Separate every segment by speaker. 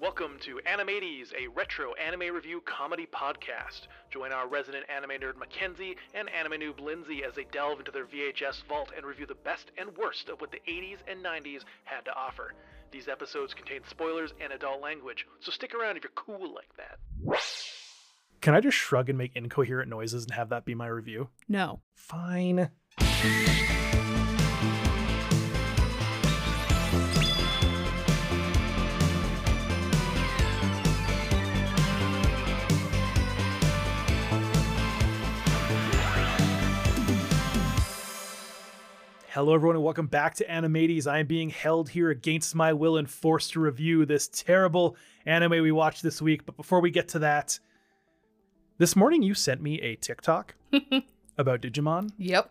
Speaker 1: Welcome to Animates, a retro anime review comedy podcast. Join our resident anime nerd Mackenzie and anime noob Lindsay as they delve into their VHS vault and review the best and worst of what the 80s and 90s had to offer. These episodes contain spoilers and adult language, so stick around if you're cool like that. Can I just shrug and make incoherent noises and have that be my review?
Speaker 2: No.
Speaker 1: Fine. Hello, everyone, and welcome back to Animates. I am being held here against my will and forced to review this terrible anime we watched this week. But before we get to that, this morning you sent me a TikTok about Digimon,
Speaker 2: Yep.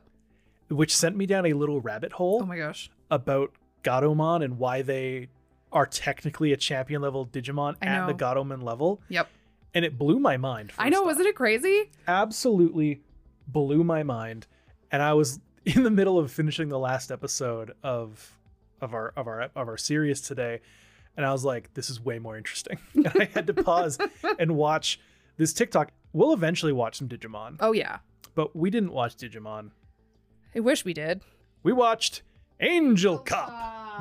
Speaker 1: which sent me down a little rabbit hole
Speaker 2: Oh my gosh.
Speaker 1: about Gatomon and why they are technically a champion level Digimon
Speaker 2: I
Speaker 1: at the
Speaker 2: know.
Speaker 1: Gatomon level.
Speaker 2: Yep.
Speaker 1: And it blew my mind.
Speaker 2: I know.
Speaker 1: first
Speaker 2: Wasn't it crazy?
Speaker 1: absolutely blew my mind and i was in the middle of finishing the last episode of of our of our of our series today and i was like this is way more interesting and i had to pause and watch this tiktok we'll eventually watch some digimon
Speaker 2: Oh yeah.
Speaker 1: but we didn't watch digimon
Speaker 2: I wish we did.
Speaker 1: we watched angel cop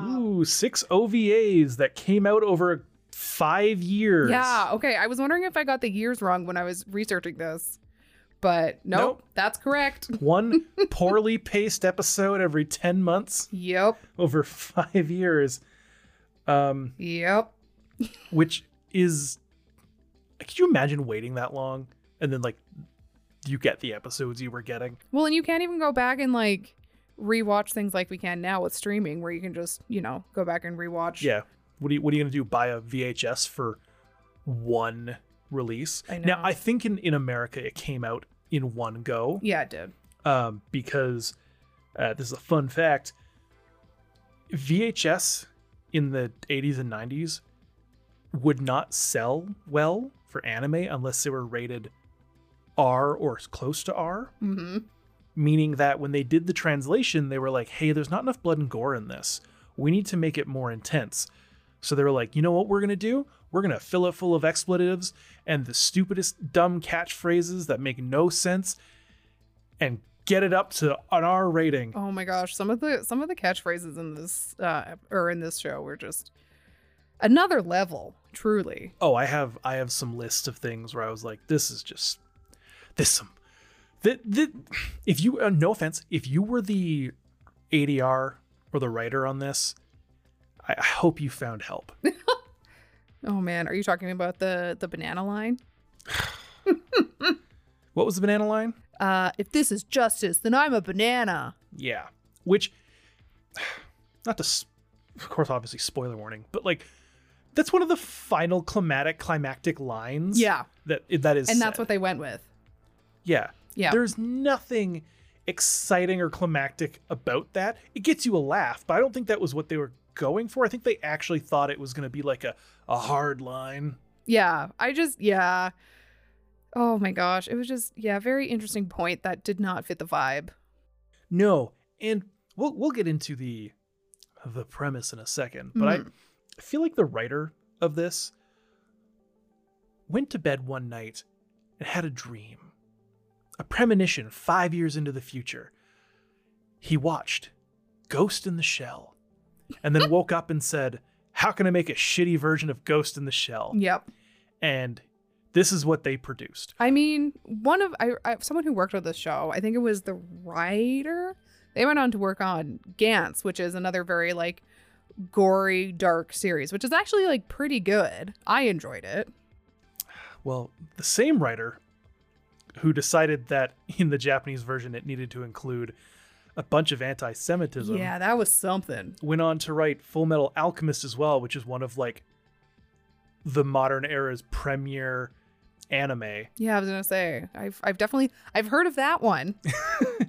Speaker 2: Um,
Speaker 1: ooh six ovas that came out over five years
Speaker 2: Yeah. Okay. I was wondering if I got the years wrong when I was researching this, but nope.
Speaker 1: Nope.
Speaker 2: That's correct.
Speaker 1: one poorly paced episode every 10 months
Speaker 2: Yep.
Speaker 1: over five years, um,
Speaker 2: Yep.
Speaker 1: which is. Could you imagine waiting that long and then like you get the episodes you were getting?
Speaker 2: Well, and you can't even go back and like rewatch things like we can now with streaming, where you can just you know go back and rewatch.
Speaker 1: Yeah. What are you What are you gonna do? Buy a VHS for one release?
Speaker 2: I
Speaker 1: Now
Speaker 2: know.
Speaker 1: I think in in America it came out in one go.
Speaker 2: Yeah, it did.
Speaker 1: um, because uh, this is a fun fact VHS in the 80s and 90s would not sell well for anime unless they were rated R or close to R,
Speaker 2: Mm-hmm.
Speaker 1: meaning that when they did the translation, they were like, hey, there's not enough blood and gore in this. We need to make it more intense. So they were like, you know what we're going to do? We're going to fill it full of expletives and the stupidest dumb catchphrases that make no sense and get it up to an R rating.
Speaker 2: Oh my gosh, some of the some of the catchphrases in this uh or in this show were just another level, truly.
Speaker 1: Oh, I have I have some lists of things where I was like, this is just this some that that if you uh, no offense, if you were the ADR or the writer on this, I, I hope you found help.
Speaker 2: Oh man, are you talking about the the banana line?
Speaker 1: what was the banana line?
Speaker 2: Uh if this is justice, then I'm a banana.
Speaker 1: Yeah. Which, not to, s- of course, obviously, spoiler warning, but like, that's one of the final climatic, climactic lines.
Speaker 2: Yeah.
Speaker 1: That that is.
Speaker 2: And that's
Speaker 1: said.
Speaker 2: what they went with.
Speaker 1: Yeah.
Speaker 2: Yeah.
Speaker 1: There's nothing exciting or climactic about that. It gets you a laugh, but I don't think that was what they were going for. I think they actually thought it was going to be like a a hard line.
Speaker 2: Yeah. I just yeah. Oh my gosh. It was just yeah, very interesting point that did not fit the vibe.
Speaker 1: No, and we'll we'll get into the the premise in a second, but I feel like the writer of this went to bed one night and had a dream, a premonition 5 years into the future. He watched Ghost in the Shell and then woke up and said, "How can I make a shitty version of Ghost in the Shell?"
Speaker 2: Yep.
Speaker 1: And this is what they produced.
Speaker 2: I mean, one of I, I someone who worked on this show, I think it was the writer. They went on to work on Gantz, which is another very like gory, dark series, which is actually like pretty good. I enjoyed it.
Speaker 1: Well, the same writer who decided that in the Japanese version it needed to include a bunch of anti Semitism
Speaker 2: Yeah, that was something.
Speaker 1: went on to write Full Metal Alchemist as well, which is one of like the modern era's premier anime.
Speaker 2: Yeah, I was gonna say I've I've definitely I've heard of that one.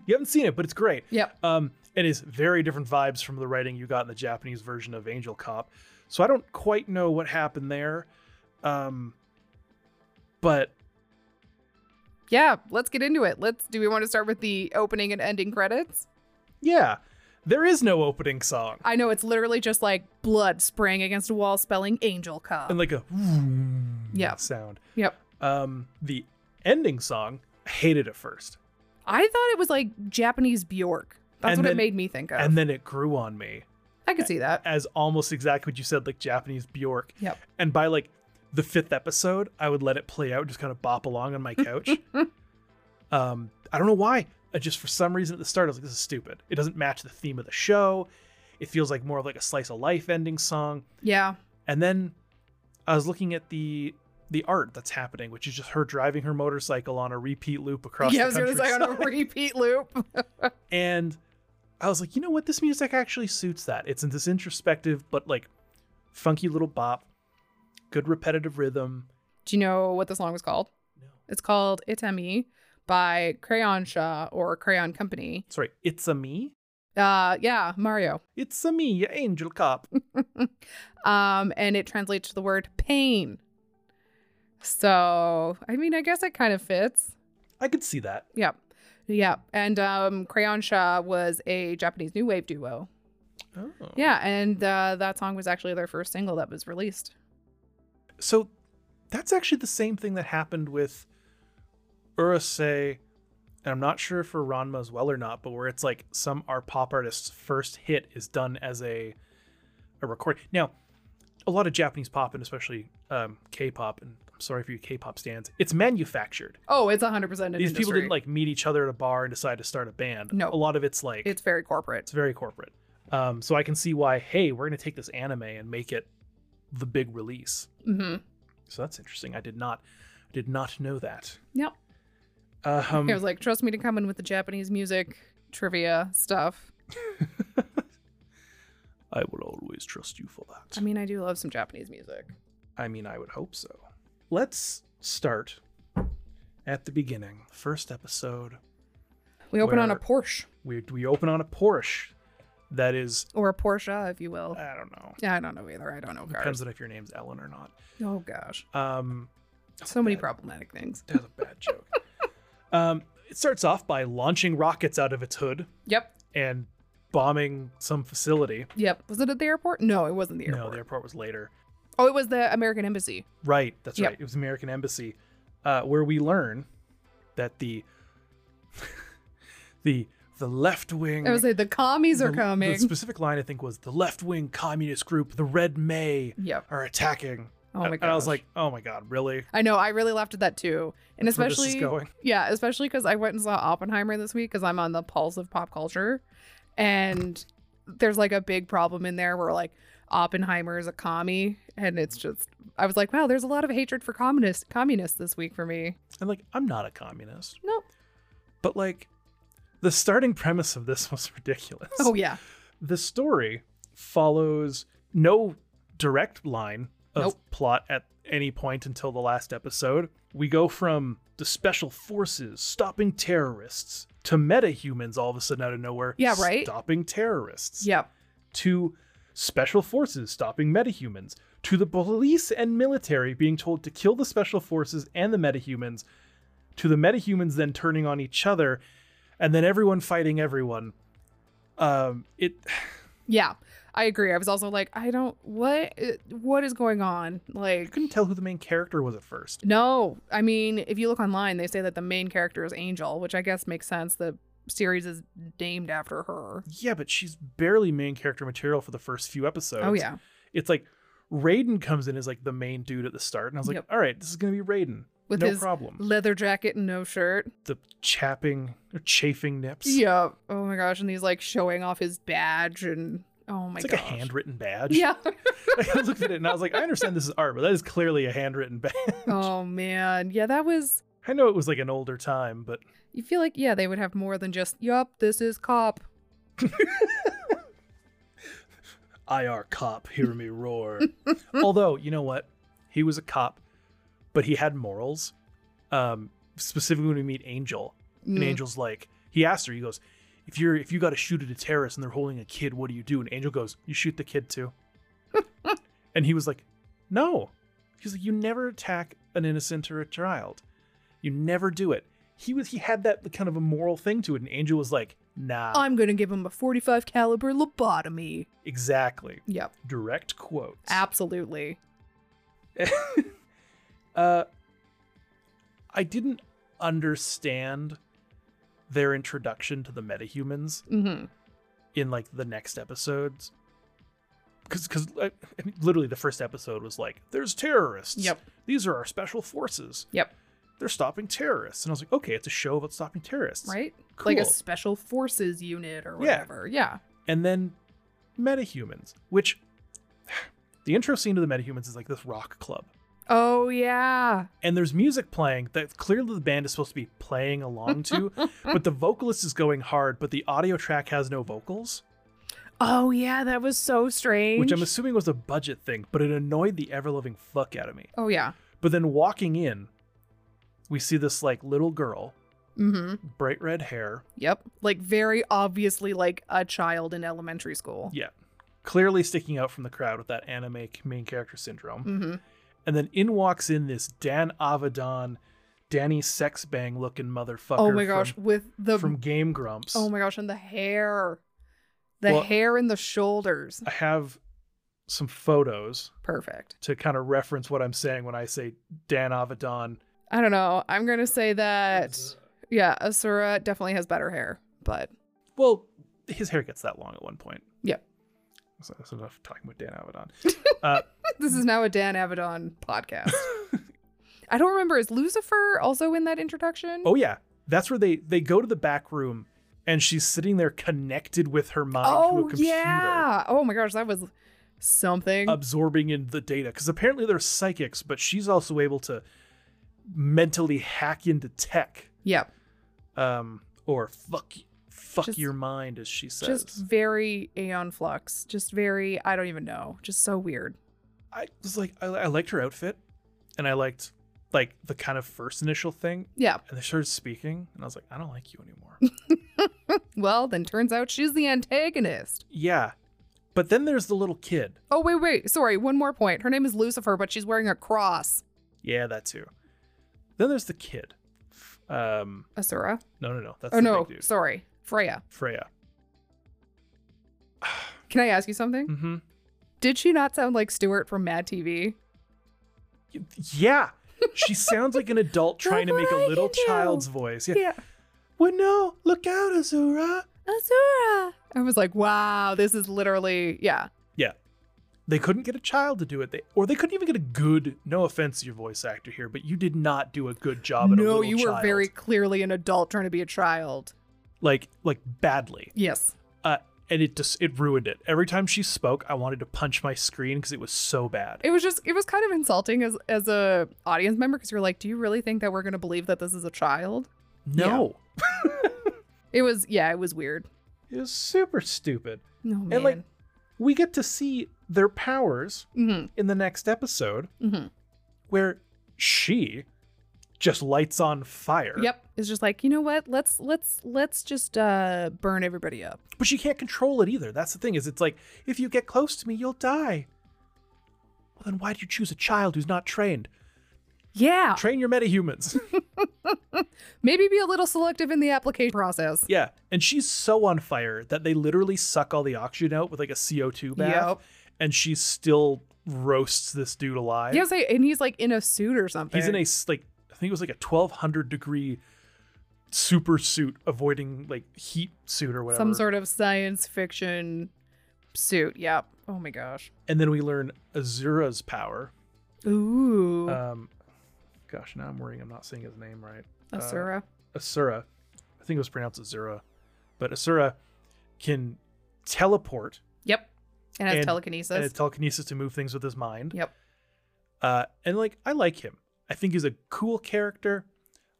Speaker 1: You haven't seen it, but it's great.
Speaker 2: Yep.
Speaker 1: Um, it is very different vibes from the writing you got in the Japanese version of Angel Cop. So I don't quite know what happened there. Um, but
Speaker 2: Yeah, let's get into it. Let's do we want to start with the opening and ending credits?
Speaker 1: Yeah. There is no opening song.
Speaker 2: I know it's literally just like blood spraying against a wall, spelling angel cop.
Speaker 1: And like a vroom
Speaker 2: Yeah.
Speaker 1: sound.
Speaker 2: yep.
Speaker 1: Um, the ending song, I hated it first.
Speaker 2: I thought it was like Japanese Bjork. That's
Speaker 1: And
Speaker 2: what
Speaker 1: then-
Speaker 2: it made me think of.
Speaker 1: And then it grew on me
Speaker 2: I could see that.
Speaker 1: as almost exactly what you said, like Japanese Bjork.
Speaker 2: Yep.
Speaker 1: And by like the fifth episode, I would let it play out, just kind of bop along on my couch. um, I don't know why. I just for some reason at the start, I was like, this is stupid. It doesn't match the theme of the show. It feels like more of like a slice of life ending song.
Speaker 2: Yeah.
Speaker 1: And then I was looking at the the art that's happening, which is just her driving her motorcycle on a repeat loop across
Speaker 2: yeah, I was
Speaker 1: the
Speaker 2: gonna say on
Speaker 1: countryside.
Speaker 2: a repeat loop.
Speaker 1: and I was like, you know what? This music actually suits that. It's in this introspective but like funky little bop, good repetitive rhythm.
Speaker 2: Do you know what the song was called?
Speaker 1: No.
Speaker 2: It's called Itami by Crayon Shaw or Crayon Company.
Speaker 1: Sorry, it's a me.
Speaker 2: Uh yeah, Mario.
Speaker 1: It's a me, your angel cop.
Speaker 2: Um and it translates to the word pain. So, I mean, I guess it kind of fits.
Speaker 1: I could see that.
Speaker 2: Yep. Yep. And um Crayon Shaw was a Japanese new wave duo.
Speaker 1: Oh.
Speaker 2: Yeah, and uh, that song was actually their first single that was released.
Speaker 1: So that's actually the same thing that happened with Urusei, and I'm not sure for Ranma as well or not, but where it's like some our pop artist's first hit is done as a a record. Now, a lot of Japanese pop and especially um, K-pop, and I'm sorry for you K-pop stands, it's manufactured.
Speaker 2: Oh, it's 100% an
Speaker 1: These people
Speaker 2: industry.
Speaker 1: didn't like meet each other at a bar and decide to start a band.
Speaker 2: No.
Speaker 1: a lot of it's like
Speaker 2: It's very corporate.
Speaker 1: it's very corporate. Um, so I can see why. Hey, we're gonna take this anime and make it the big release.
Speaker 2: Mm-hmm.
Speaker 1: So that's interesting. I did not I did not know that.
Speaker 2: Yep.
Speaker 1: Um,
Speaker 2: It was like, trust me to come in with the Japanese music trivia stuff.
Speaker 1: I would always trust you for that.
Speaker 2: I mean, I do love some Japanese music.
Speaker 1: I mean, I would hope so. Let's start at the beginning. First episode,
Speaker 2: We open on a
Speaker 1: Where-
Speaker 2: Porsche
Speaker 1: we we open on a Porsche that is
Speaker 2: or a Porsche, if you will.
Speaker 1: I don't know.
Speaker 2: Yeah, I don't know either. I don't know
Speaker 1: Depends
Speaker 2: cars.
Speaker 1: on if your name's Ellen or not.
Speaker 2: Oh gosh,
Speaker 1: Um,
Speaker 2: so many problematic things.
Speaker 1: that was a bad joke. Um, it starts off by launching rockets out of its hood
Speaker 2: Yep,
Speaker 1: and bombing some facility.
Speaker 2: yep. Was it at the airport? No, it wasn't the airport.
Speaker 1: No, the airport was later.
Speaker 2: oh, it was the American Embassy.
Speaker 1: Right, that's
Speaker 2: Yep.
Speaker 1: right. It was American Embassy, uh, where we learn that the the the left wing.
Speaker 2: I was like, the commies are
Speaker 1: the-
Speaker 2: coming.
Speaker 1: The specific line I think was the left wing communist group, the Red May,
Speaker 2: yep.
Speaker 1: are attacking.
Speaker 2: Oh my
Speaker 1: And-
Speaker 2: god.
Speaker 1: And I was like, oh my god, really?
Speaker 2: I know. I really laughed at that too, and
Speaker 1: That's where this is
Speaker 2: especially
Speaker 1: going?
Speaker 2: yeah, especially because I went and saw Oppenheimer this week because I'm on the pulse of pop culture, and there's like a big problem in there where like Oppenheimer is a commie, and it's just I was like, wow, there's a lot of hatred for communist communists this week for me.
Speaker 1: And like, I'm not a communist,
Speaker 2: Nope.
Speaker 1: but like, the starting premise of this was ridiculous.
Speaker 2: Oh yeah.
Speaker 1: the story follows no direct line of
Speaker 2: Nope.
Speaker 1: plot at any point until the last episode. We go from the special forces stopping terrorists to metahumans all of a sudden out of nowhere.
Speaker 2: Yeah, right?
Speaker 1: Stopping terrorists.
Speaker 2: Yep.
Speaker 1: To special forces stopping metahumans. To the police and military being told to kill the special forces and the metahumans. To the metahumans then turning on each other, and then everyone fighting everyone. Um, it
Speaker 2: Yeah. I agree. I was also like, I don't what what is going on?
Speaker 1: I
Speaker 2: Like
Speaker 1: couldn't tell who the main character was at first.
Speaker 2: no. I mean, if you look online, they say that the main character is Angel, which I guess makes sense. The series is named after her.
Speaker 1: Yeah, but she's barely main character material for the first few episodes.
Speaker 2: Oh yeah.
Speaker 1: It's like Raiden comes in as like the main dude at the start, and I was like,
Speaker 2: Yep.
Speaker 1: all right, this is gonna be Raiden.
Speaker 2: With
Speaker 1: no
Speaker 2: his
Speaker 1: problem.
Speaker 2: leather jacket and no shirt.
Speaker 1: The chapping or chafing nips.
Speaker 2: Yeah. Oh my gosh. And he's like showing off his badge and oh my
Speaker 1: It's like
Speaker 2: gosh.
Speaker 1: a handwritten badge.
Speaker 2: Yeah.
Speaker 1: Like, I looked at it and I was like, I understand this is art, but that is clearly a handwritten badge.
Speaker 2: oh man. Yeah, that was
Speaker 1: I know it was like an older time, but
Speaker 2: you feel like yeah, they would have more than just, yup, this is cop.
Speaker 1: IR cop, hear me roar. Although, you know what? He was a cop, but he had morals. Um, specifically when we meet Angel,
Speaker 2: Mm.
Speaker 1: And Angel's like, he asks her, he goes, if you're if you got to shoot at a terrorist and they're holding a kid, what do you do? And Angel goes, you shoot the kid too. and he was like, no. He's like, you never attack an innocent or a child. You never do it. He was he had that kind of a moral thing to it. And Angel was like, Nah.
Speaker 2: I'm gonna give him a 45 caliber lobotomy.
Speaker 1: exactly.
Speaker 2: Yep,
Speaker 1: Direct quotes.
Speaker 2: absolutely.
Speaker 1: uh, I didn't understand their introduction to the metahumans
Speaker 2: hmm
Speaker 1: in like the next episodes. Because, because I, I mean, literally the first episode was like, "There's terrorists.
Speaker 2: Yep.
Speaker 1: These are our special forces.
Speaker 2: Yep.
Speaker 1: They're stopping terrorists." And I was like, "Okay, it's a show about stopping terrorists,
Speaker 2: Right?
Speaker 1: Cool."
Speaker 2: Like a special forces unit or
Speaker 1: Yeah.
Speaker 2: whatever. Yeah.
Speaker 1: and then metahumans, which the intro scene to the metahumans is like this rock club.
Speaker 2: Oh yeah.
Speaker 1: and there's music playing that clearly the band is supposed to be playing along to, but the vocalist is going hard, but the audio track has no vocals,
Speaker 2: Oh yeah, that was so strange.
Speaker 1: which I'm assuming was a budget thing, but it annoyed the ever loving fuck out of me.
Speaker 2: oh yeah.
Speaker 1: But then walking in, we see this like little girl,
Speaker 2: Mm-hmm.
Speaker 1: bright red hair,
Speaker 2: Yep. Like very obviously like a child in elementary school.
Speaker 1: yeah, clearly sticking out from the crowd with that anime main character syndrome.
Speaker 2: Mm-hmm.
Speaker 1: And then in walks in this Dan Avadon, Danny Sex Bang looking motherfucker.
Speaker 2: Oh my gosh,
Speaker 1: from,
Speaker 2: with the
Speaker 1: from Game Grumps.
Speaker 2: oh my gosh, and the hair, the
Speaker 1: Well-
Speaker 2: hair and the shoulders.
Speaker 1: I have some photos
Speaker 2: Perfect.
Speaker 1: to kind of reference what I'm saying when I say Dan Avadon.
Speaker 2: I don't know. I'm gonna say that. Yeah, Asura definitely has better hair, but
Speaker 1: Well, his hair gets that long at one point.
Speaker 2: Yep.
Speaker 1: So that's enough talking about Dan Avadon. uh,
Speaker 2: this is now a Dan Avedon podcast. I don't remember. Is Lucifer also in that introduction?
Speaker 1: oh yeah, that's where they they go to the back room, and she's sitting there connected with her mind through a
Speaker 2: Oh,
Speaker 1: computer,
Speaker 2: yeah. Oh my gosh, that was something.
Speaker 1: absorbing in the data. Because apparently they're psychics, but she's also able to mentally hack into tech,
Speaker 2: yep.
Speaker 1: um, or fuck fuck
Speaker 2: Just-
Speaker 1: your mind, as she says.
Speaker 2: Just very Aeon Flux. Just very, I don't even know. Just so weird.
Speaker 1: I was like, I, I liked her outfit, and I liked like the kind of first initial thing.
Speaker 2: Yeah.
Speaker 1: And they started speaking, and I was like, I don't like you anymore.
Speaker 2: Well, then turns out she's the antagonist.
Speaker 1: yeah, but then there's the little kid.
Speaker 2: Oh, wait, wait. Sorry. One more point. Her name is Lucifer, but she's wearing a cross.
Speaker 1: Yeah, that too. Then there's the kid. Um,
Speaker 2: Asura?
Speaker 1: no, no, no, that's
Speaker 2: Oh,
Speaker 1: the
Speaker 2: no.
Speaker 1: big dude,
Speaker 2: Sorry. Freya.
Speaker 1: Freya.
Speaker 2: Can I ask you something?
Speaker 1: Mm-hmm.
Speaker 2: Did she not sound like Stuart from Mad TV?
Speaker 1: Yeah, she sounds like an adult trying to
Speaker 2: Look
Speaker 1: make
Speaker 2: what
Speaker 1: a
Speaker 2: I
Speaker 1: little
Speaker 2: can do.
Speaker 1: child's voice. Yeah. Well, no, look out, Azura.
Speaker 2: Asura. I was like, wow, this is literally, yeah.
Speaker 1: they couldn't get a child to do it they, or they couldn't even get a good no offense to your voice actor here but you did not do a good job at a
Speaker 2: No,
Speaker 1: little
Speaker 2: you were
Speaker 1: child.
Speaker 2: very clearly an adult trying to be a child.
Speaker 1: like like badly
Speaker 2: Yes.
Speaker 1: uh, and it just it ruined it every time she spoke i wanted to punch my screen because it was so bad
Speaker 2: It was just it was kind of insulting as as a audience member because you're like, do you really think that we're gonna believe that this is a child?
Speaker 1: no
Speaker 2: It was yeah, it was weird. Oh,
Speaker 1: it was super stupid
Speaker 2: No man.
Speaker 1: and like we get to see their powers
Speaker 2: mm-hmm,
Speaker 1: in the next episode
Speaker 2: mm-hmm.
Speaker 1: where she just lights on fire
Speaker 2: Yep. It's just like, you know what? Let's let's let's just uh burn everybody up.
Speaker 1: but she can't control it either. That's the thing is it's like if you get close to me, you'll die. Well, then why do you choose a child who's not trained?
Speaker 2: Yeah.
Speaker 1: Train your metahumans.
Speaker 2: Maybe be a little selective in the application process.
Speaker 1: yeah, and she's so on fire that they literally suck all the oxygen out with like a CO2 bath,
Speaker 2: Yep.
Speaker 1: and she still roasts this dude alive.
Speaker 2: Yes, I- and he's like in a suit or something.
Speaker 1: he's in a s- like I think it was like a 1200 degree super suit, avoiding like heat suit or whatever.
Speaker 2: some sort of science fiction suit. Yep. Oh my gosh.
Speaker 1: And then we learn Azura's power.
Speaker 2: Ooh.
Speaker 1: Um, gosh, now I'm worrying I'm not saying his name right. Uh,
Speaker 2: Asura.
Speaker 1: Asura, I think it was pronounced Azura, but Asura can teleport
Speaker 2: yep. And has
Speaker 1: and-
Speaker 2: telekinesis.
Speaker 1: and has telekinesis to move things with his mind.
Speaker 2: Yep.
Speaker 1: Uh, and like I like him. I think he's a cool character.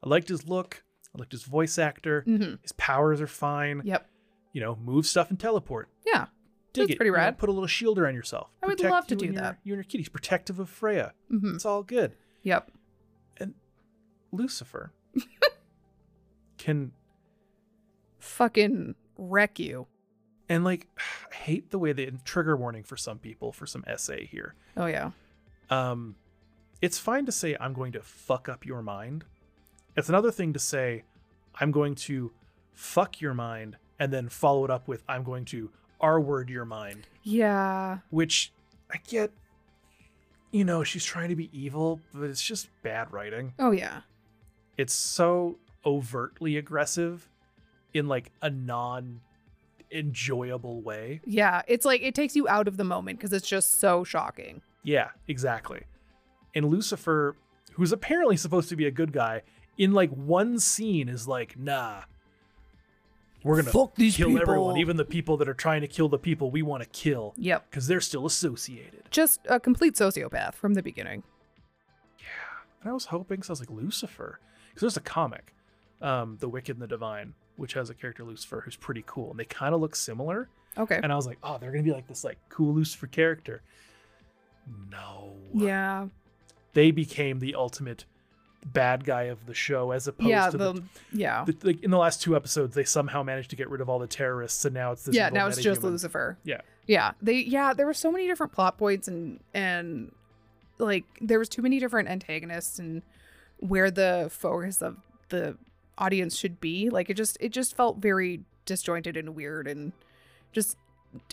Speaker 1: I liked his look. I liked his voice actor.
Speaker 2: hmm
Speaker 1: His powers are fine.
Speaker 2: Yep.
Speaker 1: You know, move stuff and teleport.
Speaker 2: Yeah.
Speaker 1: Dig
Speaker 2: That's
Speaker 1: it.
Speaker 2: pretty
Speaker 1: You know,
Speaker 2: rad.
Speaker 1: put a little shield around yourself.
Speaker 2: I would
Speaker 1: Protect
Speaker 2: love to
Speaker 1: you
Speaker 2: do
Speaker 1: and your-
Speaker 2: that.
Speaker 1: You and your kitties, protective of Freya.
Speaker 2: hmm
Speaker 1: It's all good.
Speaker 2: Yep.
Speaker 1: Lucifer can
Speaker 2: Fucking wreck you.
Speaker 1: And like, I hate the way they trigger warning for some people for some essay here.
Speaker 2: Oh yeah.
Speaker 1: Um, it's fine to say I'm going to fuck up your mind. It's another thing to say I'm going to fuck your mind and then follow it up with I'm going to R word your mind,
Speaker 2: Yeah.
Speaker 1: which I get. You know, she's trying to be evil, but it's just bad writing.
Speaker 2: Oh yeah.
Speaker 1: It's so overtly aggressive in like a non enjoyable way.
Speaker 2: Yeah. It's like it takes you out of the moment because it's just so shocking.
Speaker 1: Yeah, exactly. And Lucifer, who's apparently supposed to be a good guy, in like one scene is like, nah, we're going to
Speaker 3: Fuck these
Speaker 1: kill
Speaker 3: people.
Speaker 1: everyone, even the people that are trying to kill the people we want to kill,
Speaker 2: Yep.
Speaker 1: because they're still associated.
Speaker 2: Just a complete sociopath from the beginning.
Speaker 1: And I was hoping, so I was like, Lucifer. Because there's a comic, um, The Wicked and the Divine, which has a character Lucifer who's pretty cool. And they kind of look similar.
Speaker 2: Okay.
Speaker 1: And I was like, oh, they're going to be like this like cool Lucifer character. No.
Speaker 2: Yeah.
Speaker 1: They became the ultimate bad guy of the show as opposed
Speaker 2: Yeah.
Speaker 1: to
Speaker 2: The,
Speaker 1: the
Speaker 2: yeah.
Speaker 1: the, like in the last two episodes, they somehow managed to get rid of all the terrorists, and now it's this.
Speaker 2: yeah.
Speaker 1: evil
Speaker 2: Now it's just
Speaker 1: metahuman.
Speaker 2: Lucifer.
Speaker 1: Yeah.
Speaker 2: Yeah. They. Yeah. There were so many different plot points and and like there was too many different antagonists and where the focus of the audience should be. Like it just it just felt very disjointed and weird and just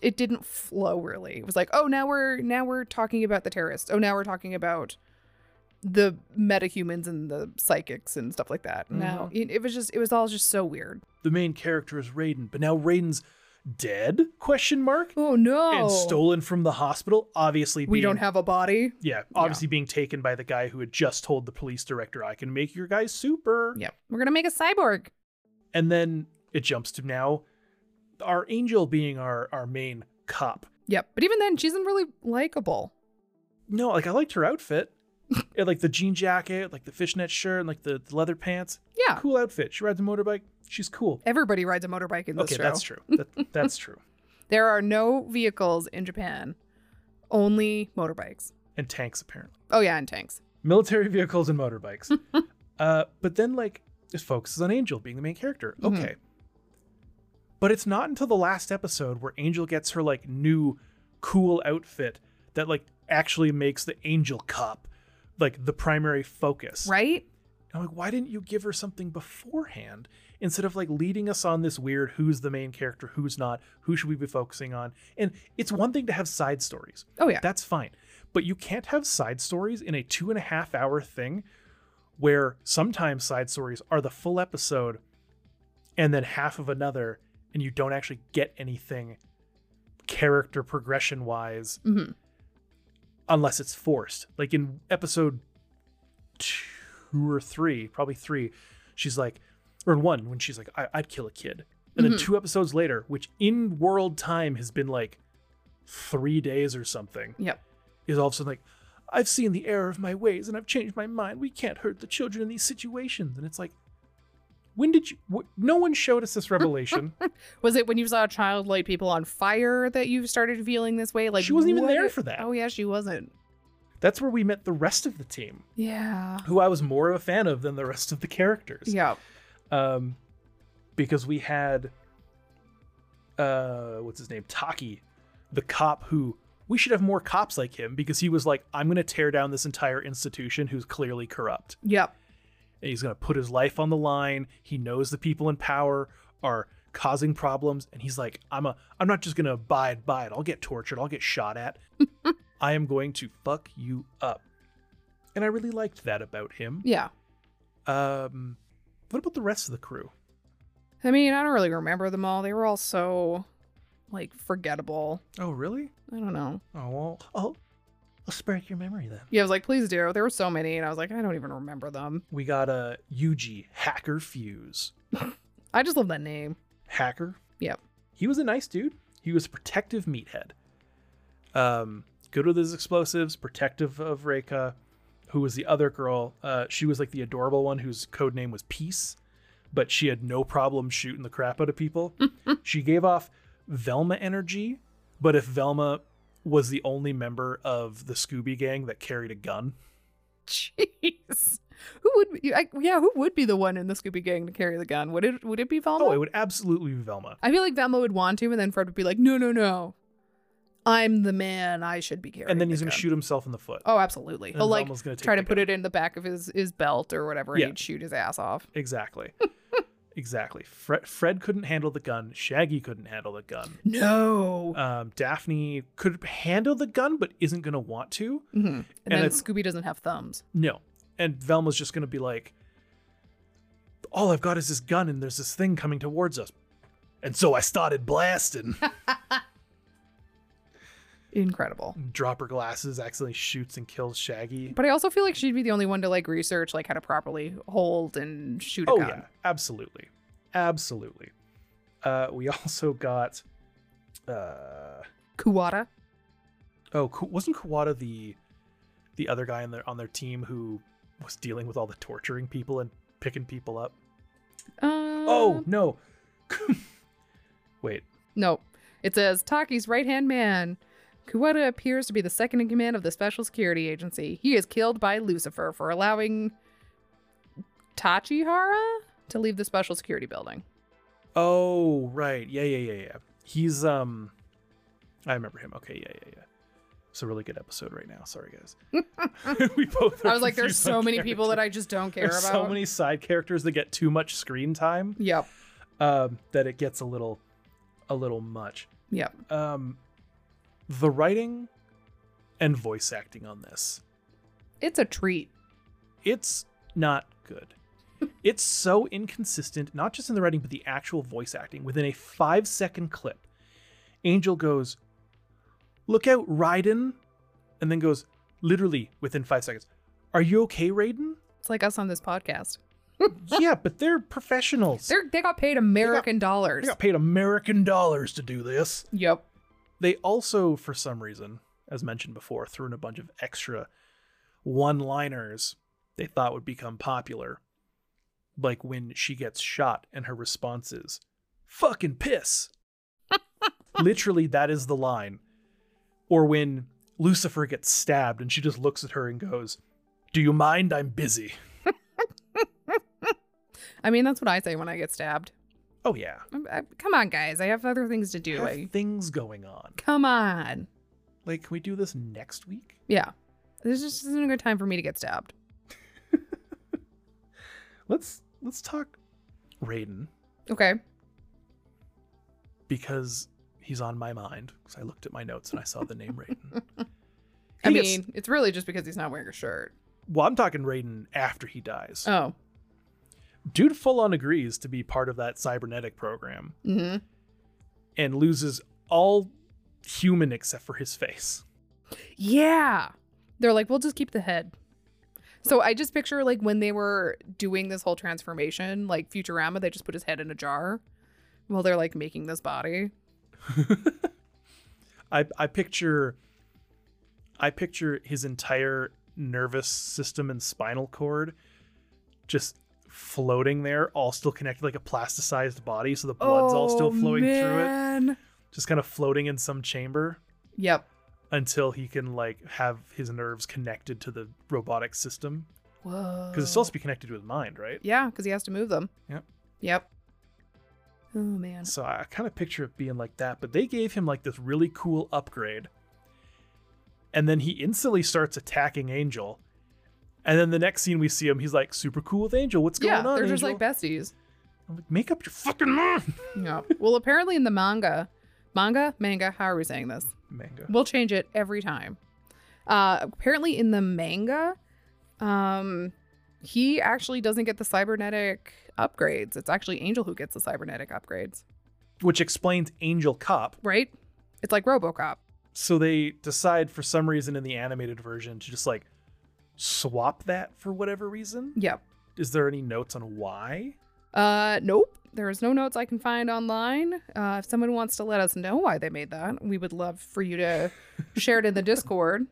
Speaker 2: it didn't flow really. It was like, oh now we're now we're talking about the terrorists. Oh now we're talking about the metahumans and the psychics and stuff like that. Now
Speaker 1: Mm-hmm.
Speaker 2: it, it was just it was all just so weird.
Speaker 1: The main character is Raiden, but now Raiden's dead? Question mark
Speaker 2: Oh no.
Speaker 1: and stolen from the hospital. Obviously,
Speaker 2: we
Speaker 1: being-
Speaker 2: don't have a body.
Speaker 1: Yeah, obviously being taken by the guy who had just told the police director, "I can make your guy super."
Speaker 2: Yep. We're gonna make a cyborg.
Speaker 1: And then it jumps to now, our angel being our our main cop.
Speaker 2: Yep. But even then, she's not really likable.
Speaker 1: No, like I liked her outfit, Yeah, like the jean jacket, like the fishnet shirt, and like the, the leather pants.
Speaker 2: Yeah.
Speaker 1: Cool outfit. She rides a motorbike. She's cool.
Speaker 2: Everybody rides a motorbike in this
Speaker 1: Okay,
Speaker 2: show.
Speaker 1: that's true. That, that's true.
Speaker 2: There are no vehicles in Japan, only motorbikes.
Speaker 1: And tanks, apparently.
Speaker 2: Oh yeah, and tanks.
Speaker 1: Military vehicles and motorbikes. uh, but then, like, it focuses on Angel being the main character. Okay. But it's not until the last episode where Angel gets her, like, new cool outfit that, like, actually makes the Angel Cup, like, the primary focus.
Speaker 2: Right?
Speaker 1: I'm like, why didn't you give her something beforehand instead of like leading us on this weird who's the main character, who's not, who should we be focusing on? And it's one thing to have side stories.
Speaker 2: Oh yeah.
Speaker 1: That's fine. But you can't have side stories in a two and a half hour thing where sometimes side stories are the full episode and then half of another, and you don't actually get anything character progression wise
Speaker 2: Mhm.
Speaker 1: unless it's forced. Like in episode two or three, probably three, she's like, or in one, when she's like, I- I'd kill a kid. And then two episodes later, which in world time has been like three days or something,
Speaker 2: Yep.
Speaker 1: is all of a sudden like, I've seen the error of my ways and I've changed my mind. We can't hurt the children in these situations. And it's like, when did you? Wh- no one showed us this revelation.
Speaker 2: Was it when you saw a child light people on fire that you started feeling this way? Like
Speaker 1: She wasn't even
Speaker 2: what-
Speaker 1: there for that.
Speaker 2: Oh yeah, she wasn't.
Speaker 1: That's where we met the rest of the team,
Speaker 2: Yeah.
Speaker 1: who I was more of a fan of than the rest of the characters.
Speaker 2: Yeah.
Speaker 1: um, because we had uh, what's his name, Taki, the cop who we should have more cops like him because he was like, I'm gonna tear down this entire institution who's clearly corrupt,
Speaker 2: Yep.
Speaker 1: and he's gonna put his life on the line. He knows the people in power are causing problems, and he's like, I'm a, I'm not just gonna abide by it. I'll get tortured. I'll get shot at. I am going to fuck you up. And I really liked that about him.
Speaker 2: Yeah.
Speaker 1: Um, what about the rest of the crew?
Speaker 2: I mean, I don't really remember them all. They were all so like forgettable.
Speaker 1: Oh, really?
Speaker 2: I don't know.
Speaker 1: Oh well. Oh, I'll spark your memory then.
Speaker 2: Yeah, I was like, please do. There were so many, and I was like, I don't even remember them.
Speaker 1: We got a Yuji Hacker Fuse.
Speaker 2: I just love that name.
Speaker 1: Hacker.
Speaker 2: Yep.
Speaker 1: He was a nice dude. He was a protective meathead. Um, good with his explosives, protective of Reika, who was the other girl. Uh, she was like the adorable one whose code name was Peace, but she had no problem shooting the crap out of people. she gave off Velma energy, but if Velma was the only member of the Scooby Gang that carried a gun.
Speaker 2: Jeez. Who would be, I, yeah, who would be the one in the Scooby Gang to carry the gun? Would it would it be Velma?
Speaker 1: Oh, it would absolutely be Velma.
Speaker 2: I feel like Velma would want to, and then Fred would be like, "No, no, no, I'm the man. I should be carrying."
Speaker 1: And then
Speaker 2: the
Speaker 1: he's going to
Speaker 2: gun."
Speaker 1: shoot himself in the foot.
Speaker 2: Oh, absolutely.
Speaker 1: And
Speaker 2: He'll like
Speaker 1: Velma's gonna take
Speaker 2: try to
Speaker 1: the
Speaker 2: put it in the back of his his belt or whatever,
Speaker 1: Yeah.
Speaker 2: and he'd shoot his ass off.
Speaker 1: Exactly. Exactly. Fred, Fred couldn't handle the gun. Shaggy couldn't handle the gun.
Speaker 2: No.
Speaker 1: Um, Daphne could handle the gun, but isn't going to want to.
Speaker 2: Mhm. And, then
Speaker 1: it's-
Speaker 2: Scooby doesn't have thumbs.
Speaker 1: No. And Velma's just going to be like, all I've got is this gun and there's this thing coming towards us. And so I started blasting.
Speaker 2: Incredible.
Speaker 1: Drop her glasses, accidentally shoots and kills Shaggy.
Speaker 2: But I also feel like she'd be the only one to like research like how to properly hold and shoot a
Speaker 1: Oh,
Speaker 2: gun.
Speaker 1: yeah. Absolutely. Absolutely. Uh, we also got. Uh,
Speaker 2: Kuwata.
Speaker 1: oh, Ku- wasn't Kawada the the other guy on their, on their team who was dealing with all the torturing people and picking people up?
Speaker 2: Uh,
Speaker 1: oh, no. Wait.
Speaker 2: No. It says Taki's right hand man. Kuwata appears to be the second in command of the Special Security Agency. He is killed by Lucifer for allowing Tachihara to leave the Special Security Building.
Speaker 1: Oh, right. Yeah, yeah, yeah, yeah. He's um I remember him. Okay, yeah, yeah, yeah. It's a really good episode right now. Sorry guys. we both are
Speaker 2: I was like, there's
Speaker 1: confused on
Speaker 2: so many people that
Speaker 1: characters.
Speaker 2: I just don't care
Speaker 1: There's
Speaker 2: about.
Speaker 1: so many side characters that get too much screen time
Speaker 2: Yep.
Speaker 1: um that it gets a little a little much.
Speaker 2: Yep.
Speaker 1: Um the writing and voice acting on this.
Speaker 2: It's a treat.
Speaker 1: It's not good. it's so inconsistent, not just in the writing, but the actual voice acting. Within a five second clip, Angel goes, Look out, Raiden. And then goes, literally within five seconds, Are you okay, Raiden?
Speaker 2: It's like us on this podcast.
Speaker 1: yeah, but they're professionals.
Speaker 2: They're, they got paid American
Speaker 1: they
Speaker 2: dollars.
Speaker 1: got paid American dollars to do this.
Speaker 2: Yep.
Speaker 1: They also, for some reason, as mentioned before, threw in a bunch of extra one liners they thought would become popular. Like when she gets shot and her response is, fucking piss. Literally, that is the line. Or when Lucifer gets stabbed and she just looks at her and goes, Do you mind? I'm busy.
Speaker 2: I mean, that's what I say when I get stabbed.
Speaker 1: Oh, yeah.
Speaker 2: I'm- I- come on, guys. I have other things to do.
Speaker 1: Have
Speaker 2: I,
Speaker 1: things going on.
Speaker 2: come on.
Speaker 1: Like, can we do this next week?
Speaker 2: Yeah. This just isn't a good time for me to get stabbed.
Speaker 1: Let's let's talk Raiden.
Speaker 2: Okay.
Speaker 1: because he's on my mind because I looked at my notes and I saw the name Raiden.
Speaker 2: I
Speaker 1: He gets-
Speaker 2: mean, it's really just because he's not wearing a shirt.
Speaker 1: well, I'm talking Raiden after he dies.
Speaker 2: Oh.
Speaker 1: Dude full on agrees to be part of that cybernetic program
Speaker 2: Mm-hmm.
Speaker 1: and loses all human except for his face.
Speaker 2: Yeah. They're like, we'll just keep the head. So I just picture like when they were doing this whole transformation, like Futurama, they just put his head in a jar while they're like making this body.
Speaker 1: I, I picture I picture his entire nervous system and spinal cord just floating there, all still connected like a plasticized body, so the blood's all
Speaker 2: Oh,
Speaker 1: still flowing through it.
Speaker 2: through it.
Speaker 1: Just kind of floating in some chamber.
Speaker 2: Yep.
Speaker 1: until he can like have his nerves connected to the robotic system
Speaker 2: Whoa.
Speaker 1: because it's supposed to be connected to his mind right
Speaker 2: Yeah, because he has to move them.
Speaker 1: Yep.
Speaker 2: Yep. Oh man.
Speaker 1: so i kind of picture it being like that but they gave him like this really cool upgrade and then he instantly starts attacking angel and then the next scene we see him he's like super cool with angel what's going
Speaker 2: yeah,
Speaker 1: on
Speaker 2: they're
Speaker 1: angel?
Speaker 2: just like besties.
Speaker 1: I'm like make up your fucking mind
Speaker 2: Yeah. well, apparently in the manga, manga, manga, how are we saying this?
Speaker 1: manga
Speaker 2: We'll change it every time. Uh, apparently, in the manga, um, he actually doesn't get the cybernetic upgrades. It's actually Angel who gets the cybernetic upgrades,
Speaker 1: which explains angel cop
Speaker 2: right? It's like RoboCop.
Speaker 1: so they decide for some reason in the animated version to just like swap that for whatever reason
Speaker 2: Yep.
Speaker 1: is there any notes on why
Speaker 2: Uh, nope. There is no notes I can find online. Uh, if someone wants to let us know why they made that, we would love for you to share it in the Discord.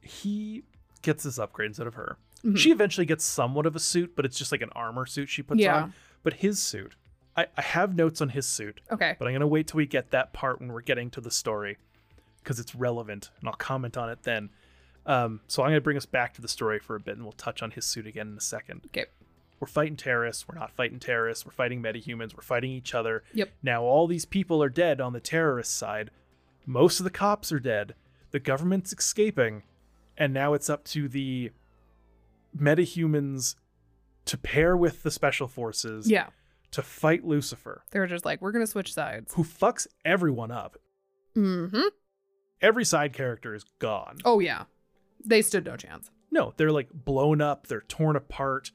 Speaker 1: he gets this upgrade instead of her.
Speaker 2: Mhm.
Speaker 1: She eventually gets somewhat of a suit, but it's just like an armor suit she puts
Speaker 2: Yeah.
Speaker 1: on. But his suit, I, I have notes on his suit,
Speaker 2: Okay.
Speaker 1: but I'm going to wait till we get that part when we're getting to the story because it's relevant and I'll comment on it then. Um, so I'm going to bring us back to the story for a bit and we'll touch on his suit again in a second.
Speaker 2: Okay.
Speaker 1: We're fighting terrorists. We're not fighting terrorists. We're fighting metahumans. We're fighting each other.
Speaker 2: Yep.
Speaker 1: Now all these people are dead on the terrorist side. Most of the cops are dead. The government's escaping. And now it's up to the metahumans to pair with the special forces
Speaker 2: Yeah.
Speaker 1: to fight Lucifer,
Speaker 2: They were just like, we're going to switch sides.
Speaker 1: who fucks everyone up.
Speaker 2: Mm hmm.
Speaker 1: Every side character is gone.
Speaker 2: Oh, yeah. They stood no chance.
Speaker 1: No, they're like blown up, they're torn apart,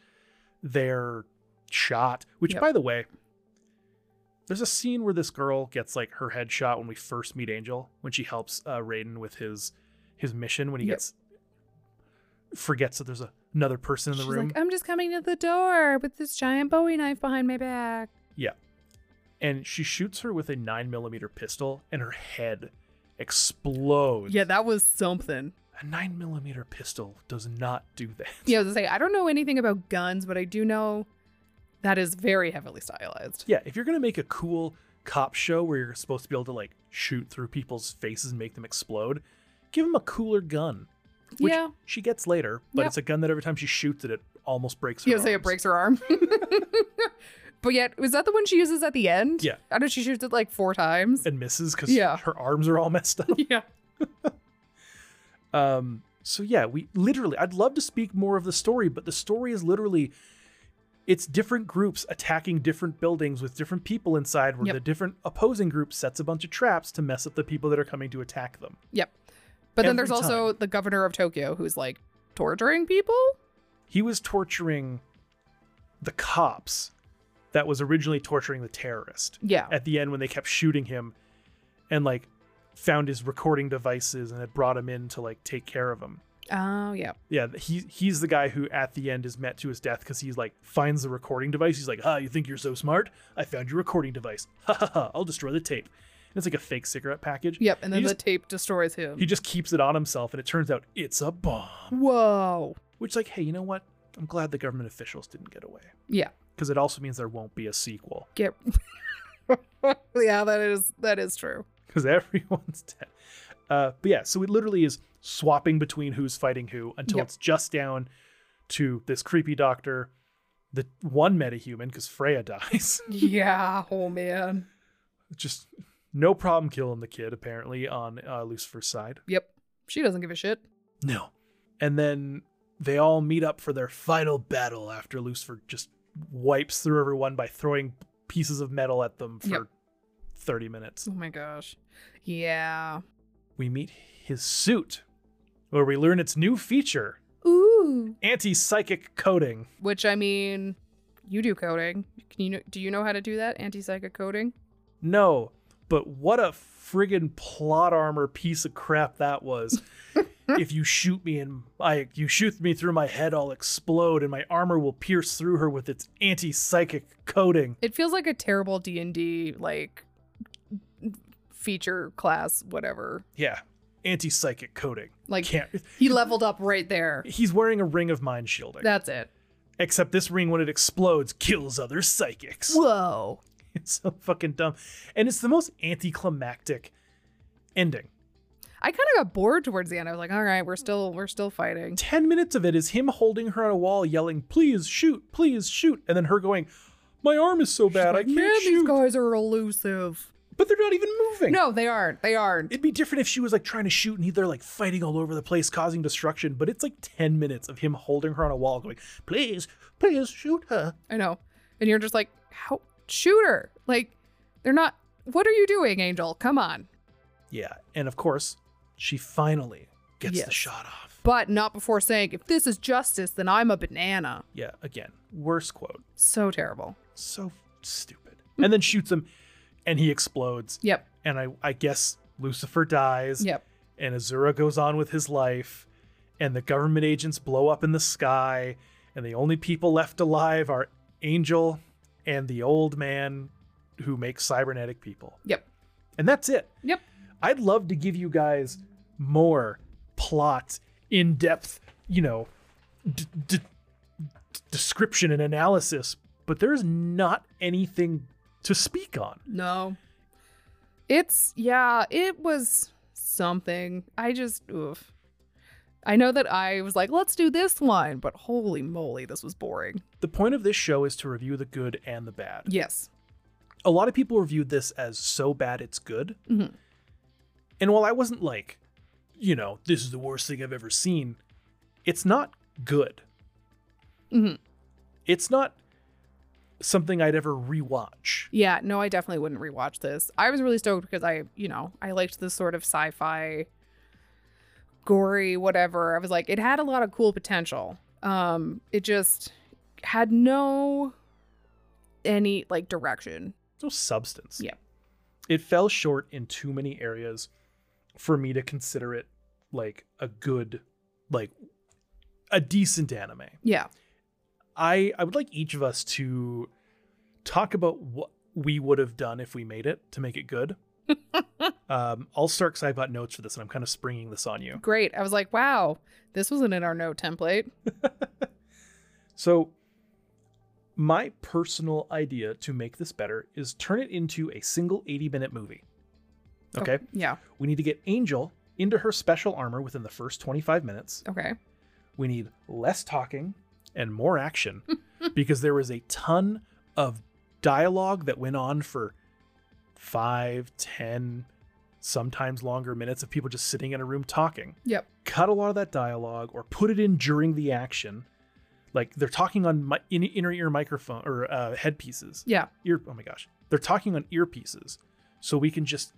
Speaker 1: they're shot. Which,
Speaker 2: Yep.
Speaker 1: by the way, there's a scene where this girl gets like her head shot when we first meet Angel when she helps uh, Raiden with his his mission when he
Speaker 2: Yep.
Speaker 1: gets forgets that there's a, another person in the
Speaker 2: She's
Speaker 1: room.
Speaker 2: like, I'm just coming to the door with this giant Bowie knife behind my back.
Speaker 1: and she shoots her with a nine millimeter pistol, and her head explodes.
Speaker 2: Yeah, that was something.
Speaker 1: a nine millimeter pistol does not do that.
Speaker 2: Yeah, I was gonna say, I don't know anything about guns, but I do know that is very heavily stylized.
Speaker 1: Yeah, if you're gonna make a cool cop show where you're supposed to be able to like shoot through people's faces and make them explode, give them a cooler gun. Which
Speaker 2: yeah.
Speaker 1: she gets later, but
Speaker 2: Yep.
Speaker 1: it's a gun that every time she shoots it, it almost breaks her.
Speaker 2: Yeah, I was like, it
Speaker 1: arms.
Speaker 2: breaks her arm. but yet, was that the one she uses at the end?
Speaker 1: Yeah.
Speaker 2: I know she shoots it like four times.
Speaker 1: and misses because
Speaker 2: Yeah.
Speaker 1: her arms are all messed up.
Speaker 2: yeah.
Speaker 1: Um, so yeah, we literally, I'd love to speak more of the story, but the story is literally it's different groups attacking different buildings with different people inside where
Speaker 2: Yep.
Speaker 1: the different opposing group sets a bunch of traps to mess up the people that are coming to attack them.
Speaker 2: Yep. But then
Speaker 1: Every
Speaker 2: there's also the governor of Tokyo who's like torturing people.
Speaker 1: He was torturing the cops that was originally torturing the terrorist
Speaker 2: Yeah.
Speaker 1: at the end when they kept shooting him and like found his recording devices and had brought him in to like take care of him.
Speaker 2: Oh, yeah.
Speaker 1: yeah he he's the guy who at the end is met to his death because he's like finds the recording device he's like ah you think you're so smart i found your recording device ha ha ha i'll destroy the tape and it's like a fake cigarette package
Speaker 2: Yep. And
Speaker 1: He
Speaker 2: then the
Speaker 1: just-
Speaker 2: tape destroys him.
Speaker 1: he just keeps it on himself and it turns out it's a bomb
Speaker 2: Whoa.
Speaker 1: which like hey you know what i'm glad the government officials didn't get away
Speaker 2: Yeah.
Speaker 1: because it also means there won't be a sequel
Speaker 2: Get. yeah, that is that is true.
Speaker 1: because everyone's dead uh but yeah so it literally is swapping between who's fighting who until
Speaker 2: Yep.
Speaker 1: it's just down to this creepy doctor the one metahuman because freya dies
Speaker 2: yeah. Oh man.
Speaker 1: just no problem killing the kid apparently on uh, Lucifer's side.
Speaker 2: Yep. She doesn't give a shit.
Speaker 1: No. And then they all meet up for their final battle after Lucifer just wipes through everyone by throwing pieces of metal at them for
Speaker 2: Yep.
Speaker 1: 30 minutes.
Speaker 2: Oh my gosh. Yeah.
Speaker 1: We meet his suit where we learn its new feature,
Speaker 2: Ooh.
Speaker 1: anti-psychic coding.
Speaker 2: Which I mean, you do coding. Can you kn- do you know how to do that anti-psychic coding?
Speaker 1: No, but what a friggin' plot armor piece of crap that was. if you shoot me and I you shoot me through my head, I'll explode and my armor will pierce through her with its anti-psychic coating.
Speaker 2: It feels like a terrible D and D like feature class whatever.
Speaker 1: Yeah. Anti-psychic coating.
Speaker 2: Like
Speaker 1: Can't
Speaker 2: he leveled up right there.
Speaker 1: he's wearing a ring of mind shielding.
Speaker 2: That's it.
Speaker 1: except this ring when it explodes kills other psychics.
Speaker 2: Whoa.
Speaker 1: It's so fucking dumb. And it's the most anticlimactic ending.
Speaker 2: I kind of got bored towards the end. I was like, all right, we're still we're still fighting.
Speaker 1: 10 minutes of it is him holding her on a wall yelling please shoot please shoot and then her going my arm is so bad i
Speaker 2: Like,
Speaker 1: can't
Speaker 2: Man, these
Speaker 1: shoot
Speaker 2: guys are elusive.
Speaker 1: but they're not even moving
Speaker 2: No, they aren't. They aren't.
Speaker 1: it'd be different if she was like trying to shoot and they're like fighting all over the place causing destruction but it's like 10 minutes of him holding her on a wall going please please shoot her
Speaker 2: I know. And you're just like, how shooter? Like, they're not. What are you doing, Angel? Come on.
Speaker 1: yeah and of course she finally gets
Speaker 2: Yes.
Speaker 1: the shot off
Speaker 2: But not before saying, if this is justice, then I'm a banana.
Speaker 1: yeah again worst quote
Speaker 2: So terrible.
Speaker 1: so stupid and then shoots him and he explodes
Speaker 2: Yep.
Speaker 1: and i i guess lucifer dies
Speaker 2: Yep.
Speaker 1: and Azura goes on with his life, and the government agents blow up in the sky, and the only people left alive are Angel and the old man who makes cybernetic people.
Speaker 2: Yep.
Speaker 1: And that's it.
Speaker 2: Yep.
Speaker 1: I'd love to give you guys more plot, in depth, you know, d- d- d- description and analysis, but there's not anything to speak on.
Speaker 2: No. It's, yeah, it was something. I just, oof. I know that I was like, let's do this one, but holy moly, this was boring.
Speaker 1: The point of this show is to review the good and the bad.
Speaker 2: Yes.
Speaker 1: a lot of people reviewed this as so bad it's good.
Speaker 2: Mhm.
Speaker 1: And while I wasn't like, you know, this is the worst thing I've ever seen, it's not good.
Speaker 2: Mhm.
Speaker 1: it's not something I'd ever rewatch.
Speaker 2: Yeah, no, I definitely wouldn't rewatch this. I was really stoked because I, you know, I liked this sort of sci-fi gory whatever. I was like it had a lot of cool potential. Um it just had no any like direction.
Speaker 1: It's no substance.
Speaker 2: Yeah.
Speaker 1: It fell short in too many areas for me to consider it like a good like a decent anime.
Speaker 2: Yeah.
Speaker 1: I I would like each of us to talk about what we would have done if we made it to make it good. um, I'll start because I got notes for this, and I'm kind of springing this on you.
Speaker 2: Great. I was like, wow, this wasn't in our note template.
Speaker 1: So, my personal idea to make this better is turn it into a single 80 minute movie.
Speaker 2: Oh,
Speaker 1: Okay,
Speaker 2: yeah.
Speaker 1: we need to get Angel into her special armor within the first 25 minutes.
Speaker 2: Okay.
Speaker 1: We need less talking and more action because there was a ton of dialogue that went on for five, ten, sometimes longer minutes of people just sitting in a room talking.
Speaker 2: Yep.
Speaker 1: Cut a lot of that dialogue or put it in during the action. Like they're talking on mi- in- inner ear microphone or uh, headpieces.
Speaker 2: Yeah.
Speaker 1: Ear, oh my gosh. They're talking on earpieces. So we can just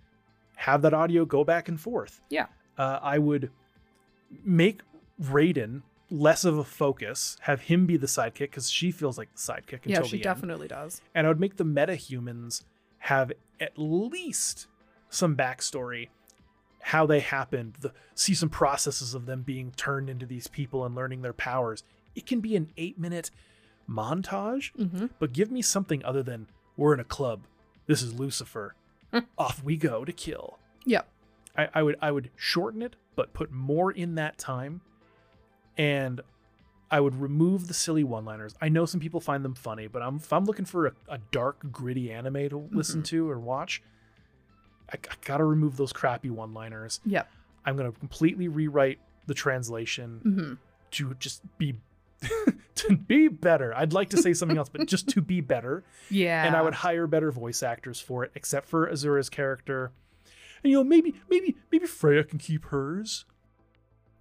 Speaker 1: have that audio go back and forth
Speaker 2: Yeah.
Speaker 1: uh, I would make Raiden less of a focus, have him be the sidekick because she feels like the sidekick until
Speaker 2: Yeah,
Speaker 1: the
Speaker 2: she
Speaker 1: end.
Speaker 2: definitely does.
Speaker 1: And I would make the metahumans have at least some backstory, how they happened, the, see some processes of them being turned into these people and learning their powers. It can be an eight minute montage,
Speaker 2: Mm-hmm.
Speaker 1: but give me something other than we're in a club. This is Lucifer. Off we go to kill.
Speaker 2: Yep.
Speaker 1: I, I would I would shorten it, but put more in that time, and I would remove the silly one-liners. I know some people find them funny, but I'm if I'm looking for a, a dark, gritty anime to listen to or watch, I, I gotta remove those crappy one-liners.
Speaker 2: Yep.
Speaker 1: I'm gonna completely rewrite the translation
Speaker 2: Mm-hmm.
Speaker 1: to just be to be better. I'd like to say something else, but just to be better
Speaker 2: Yeah.
Speaker 1: and I would hire better voice actors for it, except for Azura's character. And you know, maybe, maybe, maybe Freya can keep hers.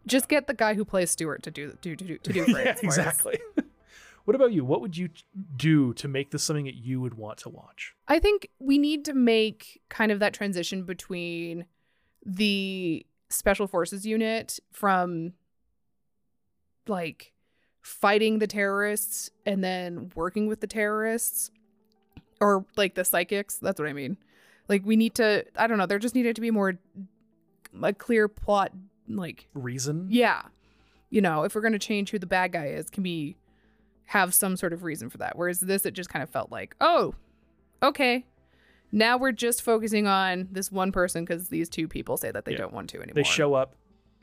Speaker 2: just get the guy who plays Stewart to do to do to do Freya's
Speaker 1: yeah,
Speaker 2: voice.
Speaker 1: exactly. what about you? What would you t- do to make this something that you would want to watch?
Speaker 2: I think we need to make kind of that transition between the special forces unit from like fighting the terrorists and then working with the terrorists or like the psychics. That's what I mean. Like we need to I don't know, there just needed to be more a clear plot like
Speaker 1: Reason?
Speaker 2: yeah. You know, if we're going to change who the bad guy is, can we have some sort of reason for that? Whereas this, it just kind of felt like, oh, okay. Now we're just focusing on this one person because these two people say that they
Speaker 1: Yeah.
Speaker 2: don't want to anymore.
Speaker 1: They show up,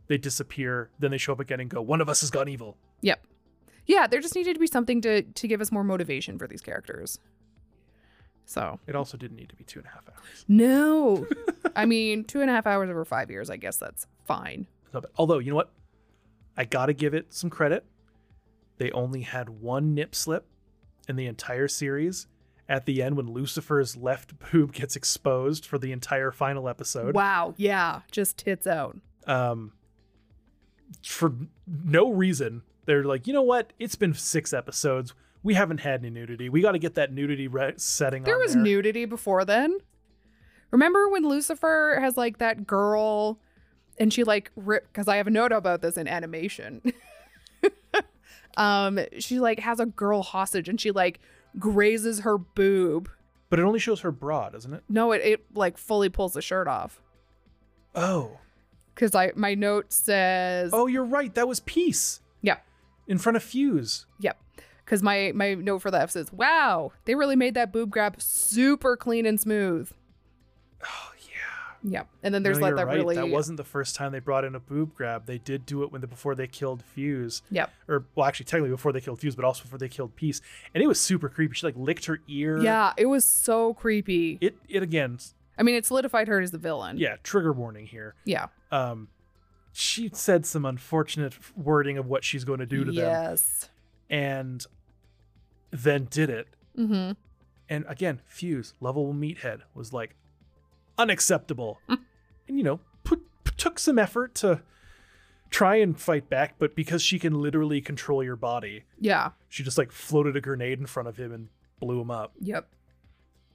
Speaker 1: they disappear, then they show up again and go, one of us has gone evil.
Speaker 2: Yep. Yeah, there just needed to be something to to give us more motivation for these characters. So
Speaker 1: It also didn't need to be two and a half hours.
Speaker 2: no, I mean two and a half hours over five years. I guess that's fine.
Speaker 1: So, but- although, you know what? I gotta give it some credit. They only had one nip slip in the entire series at the end when Lucifer's left boob gets exposed for the entire final episode.
Speaker 2: Wow. Yeah, just tits out.
Speaker 1: Um, for no reason, they're like, you know what? It's been six episodes. We haven't had any nudity. We gotta get that nudity re- setting
Speaker 2: There
Speaker 1: on
Speaker 2: was
Speaker 1: there.
Speaker 2: nudity before then. Remember when Lucifer has like that girl and she like rip because I have a note about this in animation. um she like has a girl hostage and she like grazes her boob.
Speaker 1: But it only shows her bra, doesn't it?
Speaker 2: No, it, it like fully pulls the shirt off.
Speaker 1: Oh.
Speaker 2: Cause I my note says
Speaker 1: Oh, you're right. That was Peace
Speaker 2: Yeah.
Speaker 1: in front of Fuse.
Speaker 2: Yep. Cause my my note for that says, Wow, they really made that boob grab super clean and smooth.
Speaker 1: Oh, yeah.
Speaker 2: Yep. And then there's
Speaker 1: No,
Speaker 2: like
Speaker 1: you're
Speaker 2: that
Speaker 1: right.
Speaker 2: really
Speaker 1: That wasn't the first time they brought in a boob grab. They did do it when the, before they killed Fuse,
Speaker 2: Yep.
Speaker 1: or well, actually, technically before they killed Fuse, but also before they killed Peace, and it was super creepy. She like licked her ear.
Speaker 2: Yeah, it was so creepy.
Speaker 1: It it again. s-
Speaker 2: I mean, it solidified her as the villain.
Speaker 1: Yeah. Trigger warning here.
Speaker 2: Yeah.
Speaker 1: Um, she said some unfortunate wording of what she's going to do to them,
Speaker 2: yes.
Speaker 1: and then did it.
Speaker 2: Mm-hmm.
Speaker 1: And again, Fuse, lovable meathead, was like unacceptable, and you know, put, took some effort to try and fight back, but because she can literally control your body,
Speaker 2: Yeah.
Speaker 1: she just like floated a grenade in front of him and blew him up.
Speaker 2: Yep.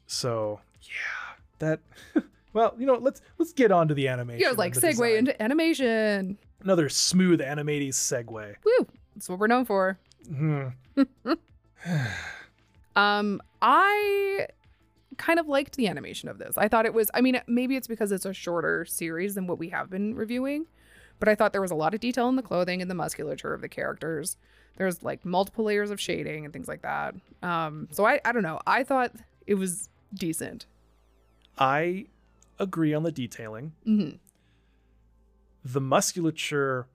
Speaker 1: So yeah, that. Well, you know, let's let's get on to the animation.
Speaker 2: Yeah, it was like
Speaker 1: and the
Speaker 2: segue
Speaker 1: design.
Speaker 2: into animation.
Speaker 1: another smooth animated segue.
Speaker 2: Woo. That's what we're known for.
Speaker 1: Mhm.
Speaker 2: Um, I kind of liked the animation of this. I thought it was, I mean, maybe it's because it's a shorter series than what we have been reviewing, but I thought there was a lot of detail in the clothing and the musculature of the characters. There's like multiple layers of shading and things like that. Um, so I, I don't know. I thought it was decent.
Speaker 1: I agree on the detailing.
Speaker 2: hmm
Speaker 1: The musculature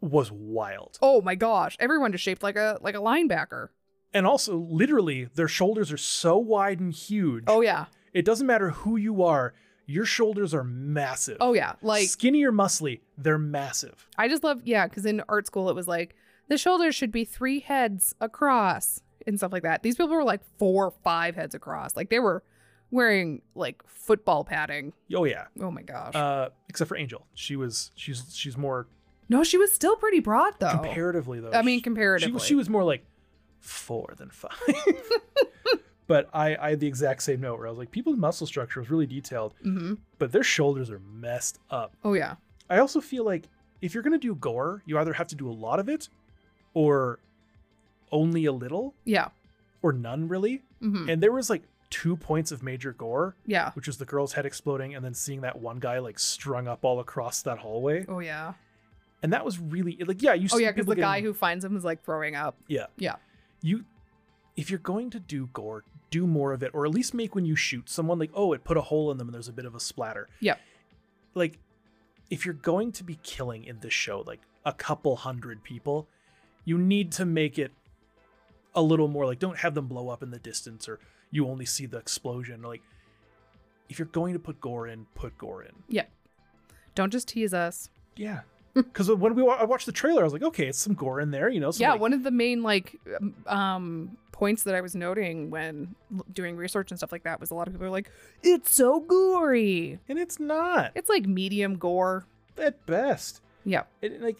Speaker 1: was wild.
Speaker 2: Oh my gosh, everyone just shaped like a like a linebacker.
Speaker 1: And also, literally, their shoulders are so wide and huge.
Speaker 2: Oh yeah,
Speaker 1: It doesn't matter who you are, your shoulders are massive.
Speaker 2: oh yeah. Like
Speaker 1: skinny or muscly, they're massive.
Speaker 2: I just love yeah, because in art school it was like the shoulders should be three heads across and stuff like that. These people were like four, or five heads across. Like they were wearing like football padding.
Speaker 1: Oh yeah.
Speaker 2: Oh my gosh.
Speaker 1: Uh, except for Angel, she was she's she's more
Speaker 2: no, she was still pretty broad though.
Speaker 1: comparatively though.
Speaker 2: Oh. I mean,
Speaker 1: she-
Speaker 2: comparatively.
Speaker 1: She, was- she was more like four than five. but I, I had the exact same note where I was like, people's muscle structure was really detailed,
Speaker 2: hmm
Speaker 1: but their shoulders are messed up.
Speaker 2: Oh yeah.
Speaker 1: I also feel like if you're going to do gore, you either have to do a lot of it or only a little
Speaker 2: Yeah.
Speaker 1: or none really.
Speaker 2: hmm
Speaker 1: And there was like two points of major gore,
Speaker 2: Yeah.
Speaker 1: which was the girl's head exploding and then seeing that one guy like strung up all across that hallway.
Speaker 2: Oh yeah.
Speaker 1: And that was really like, yeah, you
Speaker 2: Oh
Speaker 1: see
Speaker 2: yeah, because
Speaker 1: people
Speaker 2: the guy
Speaker 1: getting-
Speaker 2: who finds him is like throwing up.
Speaker 1: you if you're going to do gore do more of it or at least make when you shoot someone like oh it put a hole in them and there's a bit of a splatter
Speaker 2: Yep.
Speaker 1: like if you're going to be killing in this show like a couple hundred people you need to make it a little more like don't have them blow up in the distance or you only see the explosion like if you're going to put gore in put gore in
Speaker 2: Don't just tease us.
Speaker 1: yeah because when we wa- I watched the trailer i was like okay it's some gore in there you know so
Speaker 2: yeah,
Speaker 1: like,
Speaker 2: one of the main like um points that I was noting when l- doing research and stuff like that was a lot of people are like, "It's so gory."
Speaker 1: and it's not
Speaker 2: It's like medium gore.
Speaker 1: at best
Speaker 2: Yeah,
Speaker 1: it, like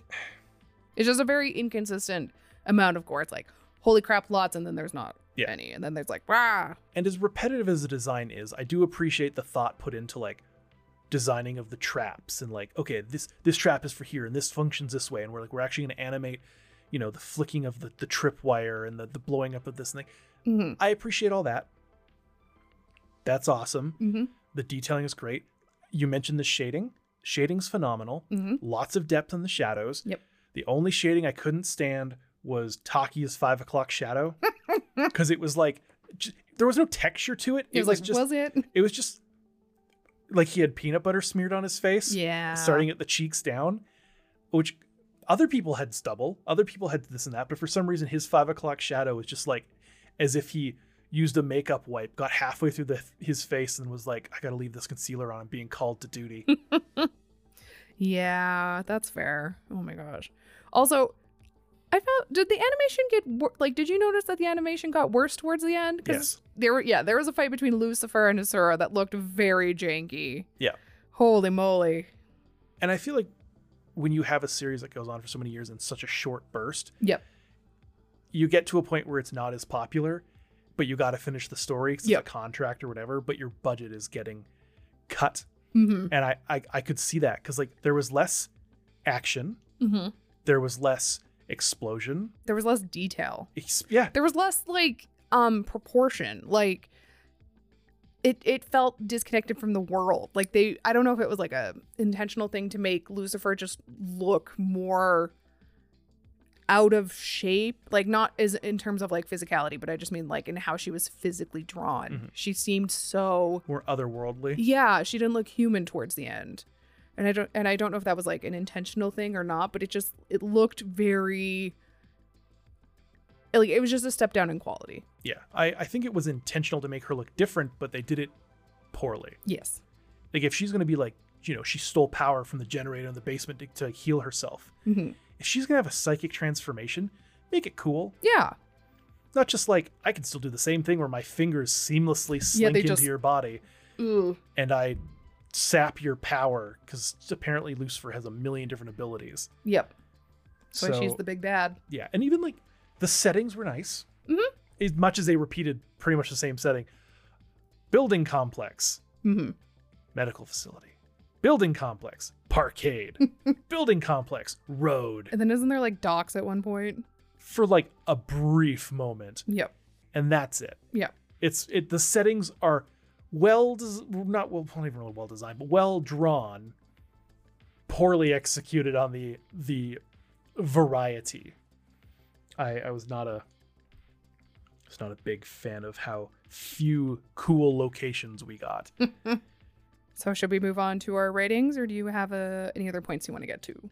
Speaker 2: it's just a very inconsistent amount of gore. It's like, holy crap, lots, and then there's not
Speaker 1: Yeah.
Speaker 2: any, and then there's like, rah.
Speaker 1: And as repetitive as the design is, I do appreciate the thought put into like designing of the traps and like, okay, this this trap is for here and this functions this way, and we're like we're actually gonna animate, you know, the flicking of the, the tripwire and the, the blowing up of this thing.
Speaker 2: Mm-hmm.
Speaker 1: I appreciate all that. That's awesome.
Speaker 2: Mm-hmm.
Speaker 1: The detailing is great. You mentioned the shading. Shading's phenomenal.
Speaker 2: Mm-hmm.
Speaker 1: Lots of depth in the shadows.
Speaker 2: Yep.
Speaker 1: The only shading I couldn't stand was Taki's five o'clock shadow because it was like j- there was no texture to it.
Speaker 2: It was, like,
Speaker 1: just
Speaker 2: was it?
Speaker 1: it was just like he had peanut butter smeared on his face,
Speaker 2: Yeah.
Speaker 1: starting at the cheeks down, which other people had stubble, other people had this and that, but for some reason his five o'clock shadow was just like as if he used a makeup wipe, got halfway through the, his face, and was like, "I gotta leave this concealer on. I'm being called to duty."
Speaker 2: Yeah, that's fair. Oh my gosh. Also, I felt did the animation get wor- like? Did you notice that the animation got worse towards the end? 'Cause
Speaker 1: yes,
Speaker 2: There were yeah, there was a fight between Lucifer and Asura that looked very janky.
Speaker 1: Yeah.
Speaker 2: Holy moly.
Speaker 1: and I feel like when you have a series that goes on for so many years in such a short burst,
Speaker 2: Yep.
Speaker 1: you get to a point where it's not as popular, but you got to finish the story 'cause
Speaker 2: Yep.
Speaker 1: it's a contract or whatever. But your budget is getting cut,
Speaker 2: Mm-hmm.
Speaker 1: and I I, I could see that because like there was less action,
Speaker 2: Mm-hmm.
Speaker 1: there was less explosion.
Speaker 2: There was less detail.
Speaker 1: Ex- yeah,
Speaker 2: There was less like um proportion. Like it it felt disconnected from the world. Like they I don't know if it was like a intentional thing to make Lucifer just look more out of shape like not as in terms of like physicality but i just mean like in how she was physically drawn
Speaker 1: Mhm.
Speaker 2: she seemed so
Speaker 1: more otherworldly.
Speaker 2: Yeah, she didn't look human towards the end. And I don't and I don't know if that was like an intentional thing or not, but it just it looked very like it was just a step down in quality.
Speaker 1: Yeah, I I think it was intentional to make her look different, but they did it poorly.
Speaker 2: Yes.
Speaker 1: Like if she's gonna be like you know she stole power from the generator in the basement to, to heal herself.
Speaker 2: Mhm.
Speaker 1: If she's gonna have a psychic transformation, make it cool.
Speaker 2: Yeah.
Speaker 1: not just like I can still do the same thing where my fingers seamlessly slink
Speaker 2: they
Speaker 1: into
Speaker 2: just-
Speaker 1: your body
Speaker 2: Ooh.
Speaker 1: and I sap your power because apparently Lucifer has a million different abilities.
Speaker 2: Yep. So, she's the big bad.
Speaker 1: yeah, and even like the settings were nice,
Speaker 2: Mhm.
Speaker 1: as much as they repeated pretty much the same setting. Building complex,
Speaker 2: hmm
Speaker 1: medical facility. Building complex, parkade. Building complex, road.
Speaker 2: And then isn't there like docks at one point?
Speaker 1: For like a brief moment,
Speaker 2: Yep.
Speaker 1: and that's it.
Speaker 2: Yep.
Speaker 1: It's it. The settings are well, des- not well, not even really well designed, but well drawn. Poorly executed on the the variety. I I was not a. I was not a big fan of how few cool locations we got.
Speaker 2: So should we move on to our ratings, or do you have uh any other points you want to get to?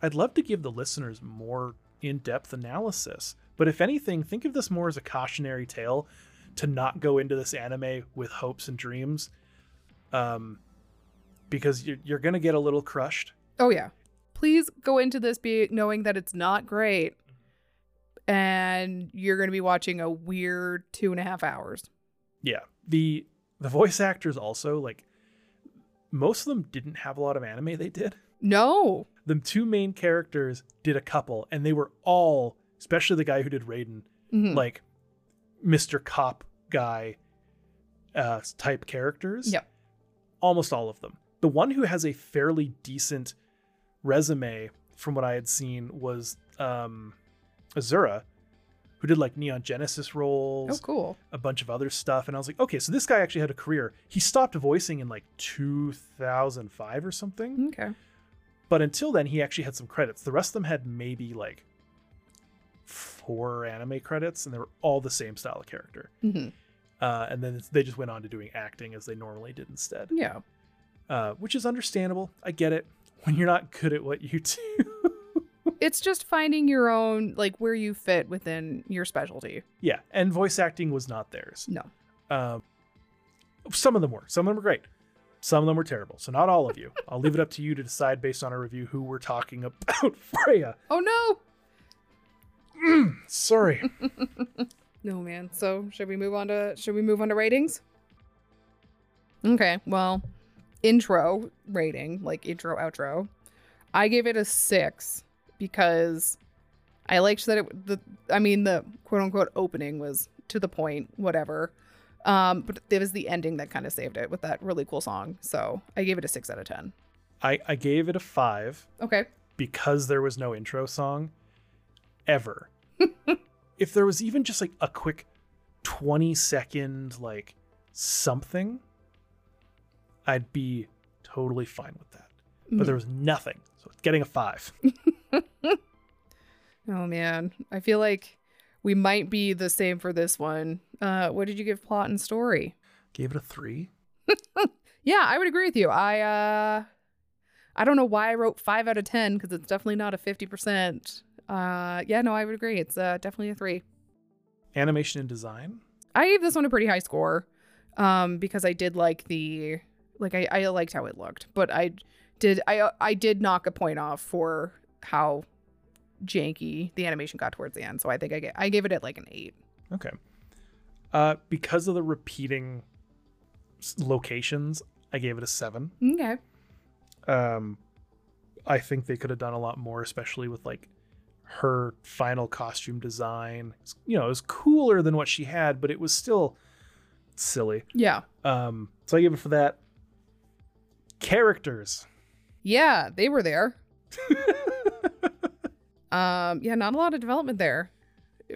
Speaker 1: I'd love to give the listeners more in depth analysis, but if anything, think of this more as a cautionary tale to not go into this anime with hopes and dreams. Um, because you're, you're going to get a little crushed.
Speaker 2: Oh yeah. Please go into this be knowing that it's not great, and you're going to be watching a weird two and a half hours.
Speaker 1: Yeah. The the voice actors also like most of them didn't have a lot of anime they did.
Speaker 2: No.
Speaker 1: The two main characters did a couple and they were all, especially the guy who did Raiden,
Speaker 2: Mhm.
Speaker 1: like Mr. Cop guy uh, type characters.
Speaker 2: Yep.
Speaker 1: Almost all of them. The one who has a fairly decent resume, from what I had seen, was um, Azura, who did like Neon Genesis roles,
Speaker 2: Oh, cool.
Speaker 1: a bunch of other stuff. And I was like, okay, so this guy actually had a career. He stopped voicing in like 2005 or something.
Speaker 2: Okay.
Speaker 1: But until then, he actually had some credits. The rest of them had maybe like four anime credits, and they were all the same style of character.
Speaker 2: hmm
Speaker 1: Uh, and then they just went on to doing acting as they normally did instead,
Speaker 2: Yeah.
Speaker 1: uh, which is understandable. I get it. When you're not good at what you do,
Speaker 2: It's just finding your own, like where you fit within your specialty.
Speaker 1: yeah. And voice acting was not theirs.
Speaker 2: No.
Speaker 1: Um, some of them were. Some of them were great. Some of them were terrible. So not all of you. I'll leave it up to you to decide based on our review who we're talking about. Freya,
Speaker 2: Oh no.
Speaker 1: sorry.
Speaker 2: No man. So should we move on to should we move on to ratings? Okay, well, intro rating, like intro outro. I gave it a six because I liked that it the I mean the quote unquote opening was to the point, whatever. Um, but it was the ending that kind of saved it with that really cool song. So I gave it a six out of ten.
Speaker 1: I, I gave it a five.
Speaker 2: Okay.
Speaker 1: because there was no intro song ever. if there was even just like a quick 20 second like something, I'd be totally fine with that. But there was nothing. So it's getting a 5.
Speaker 2: Oh man, I feel like we might be the same for this one. Uh, what did you give plot and story?
Speaker 1: Gave it a 3.
Speaker 2: Yeah, I would agree with you. I uh I don't know why I wrote 5 out of 10 cuz it's definitely not a 50%. Uh yeah, no, I would agree. It's uh, definitely a 3.
Speaker 1: Animation and design?
Speaker 2: I gave this one a pretty high score um because I did like the like I I liked how it looked, but I did I uh, I did knock a point off for how janky the animation got towards the end. So I think I ga- I gave it at like an 8.
Speaker 1: Okay. Uh because of the repeating s- locations, I gave it a 7.
Speaker 2: Okay.
Speaker 1: um i think they could have done a lot more especially with like her final costume design It's- you know it was cooler than what she had but it was still silly
Speaker 2: Yeah.
Speaker 1: um so i give it for that characters
Speaker 2: Yeah, they were there. um, yeah, not a lot of development there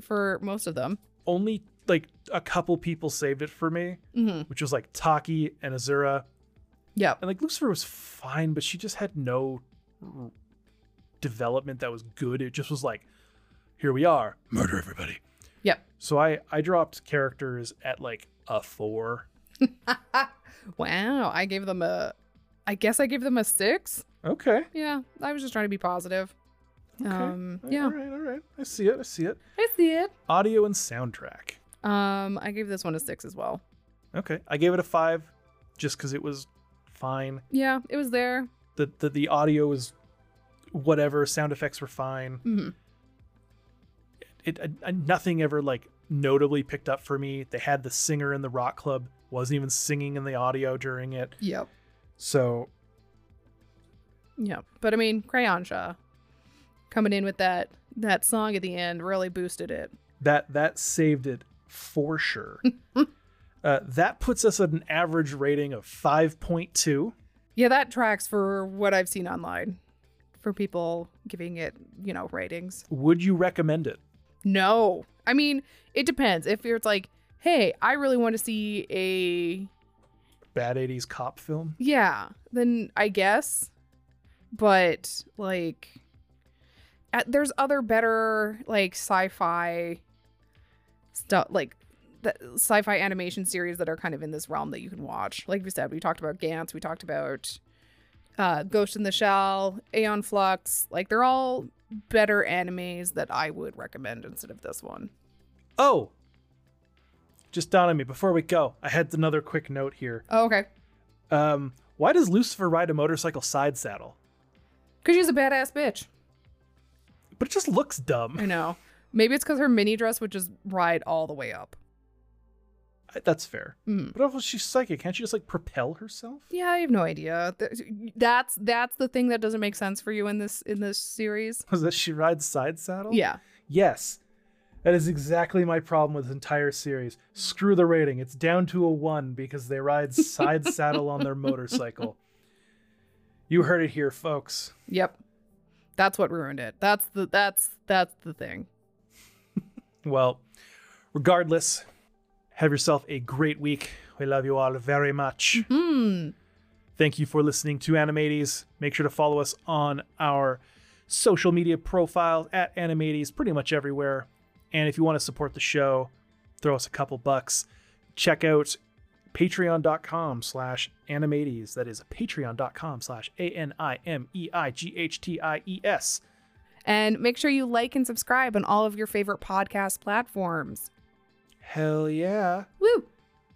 Speaker 2: for most of them.
Speaker 1: only like a couple people saved it for me
Speaker 2: Mm-hmm.
Speaker 1: which was like taki and azura
Speaker 2: Yep.
Speaker 1: and like lucifer was fine but she just had no development that was good it just was like here we are murder everybody
Speaker 2: Yep.
Speaker 1: So I I dropped characters at like a four.
Speaker 2: wow, I gave them a. I guess I gave them a six.
Speaker 1: Okay.
Speaker 2: Yeah, I was just trying to be positive.
Speaker 1: Okay.
Speaker 2: Um,
Speaker 1: All right,
Speaker 2: yeah,
Speaker 1: All right. All right. I see it. I see it.
Speaker 2: I see it.
Speaker 1: Audio and soundtrack.
Speaker 2: Um, I gave this one a six as well.
Speaker 1: Okay. I gave it a five, just because it was fine.
Speaker 2: Yeah, it was there.
Speaker 1: The, the the audio was whatever. Sound effects were fine.
Speaker 2: hmm
Speaker 1: It I, I- uh, nothing ever like notably picked up for me. They had the singer in the rock club, wasn't even singing in the audio during it.
Speaker 2: Yep.
Speaker 1: So
Speaker 2: Yep. But I mean, Crayonsha coming in with that that song at the end really boosted it.
Speaker 1: that that saved it for sure. uh, that puts us at an average rating of 5.2.
Speaker 2: Yeah, that tracks for what I've seen online for people giving it, you know, ratings.
Speaker 1: Would you recommend it?
Speaker 2: No. I mean, it depends. If it's like, hey, I really want to see a
Speaker 1: Bad 80s cop film?
Speaker 2: Yeah, then I guess. But like at, there's other better like sci-fi stuff like the sci-fi animation series that are kind of in this realm that you can watch. Like we said, we talked about Gantz, we talked about uh, Ghost in the Shell, Aeon Flux. Like they're all better animes that I would recommend instead of this one.
Speaker 1: Oh, just dawned on me before we go. I had another quick note here.
Speaker 2: Oh, okay.
Speaker 1: Um, why does Lucifer ride a motorcycle side saddle?
Speaker 2: Cause she's a badass bitch.
Speaker 1: But it just looks dumb.
Speaker 2: I know. Maybe it's because her mini dress would just ride all the way up.
Speaker 1: I- That's fair.
Speaker 2: Mm.
Speaker 1: But also, she's psychic. Can't she just like propel herself?
Speaker 2: Yeah, I have no idea. Th- That's that's the thing that doesn't make sense for you in this in this series.
Speaker 1: Was that she rides side saddle?
Speaker 2: Yeah.
Speaker 1: Yes. That is exactly my problem with this entire series. Screw the rating. It's down to a one because they ride side saddle on their motorcycle. You heard it here, folks.
Speaker 2: Yep. That's what ruined it. That's the that's that's the thing.
Speaker 1: Well, regardless, have yourself a great week. We love you all very much.
Speaker 2: Hmm.
Speaker 1: Thank you for listening to Animates. Make sure to follow us on our social media profiles at Animates, pretty much everywhere. And if you want to support the show, throw us a couple bucks. Check out patreon.com slash animates. That is patreon.com slash E A-N-I-M-E-I-G-H-T-I-E-S.
Speaker 2: And make sure you like and subscribe on all of your favorite podcast platforms.
Speaker 1: Hell yeah.
Speaker 2: Woo! Oh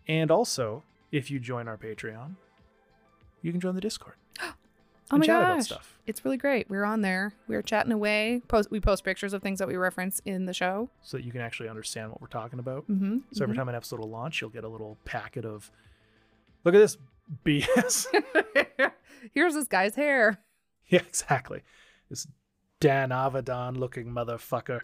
Speaker 1: And also, if you join our Patreon, you can join the Discord.
Speaker 2: Oh
Speaker 1: and
Speaker 2: my
Speaker 1: chat about
Speaker 2: gosh.
Speaker 1: stuff.
Speaker 2: It's really great. We're on there. We're chatting away. Post we post pictures of things that we reference in the show.
Speaker 1: So that you can actually understand what we're talking about.
Speaker 2: Mm-hmm.
Speaker 1: So every time an episode will launch, you'll get a little packet of, look at this BS.
Speaker 2: Here's this guy's hair.
Speaker 1: yeah, exactly. This Dan Avadon looking motherfucker.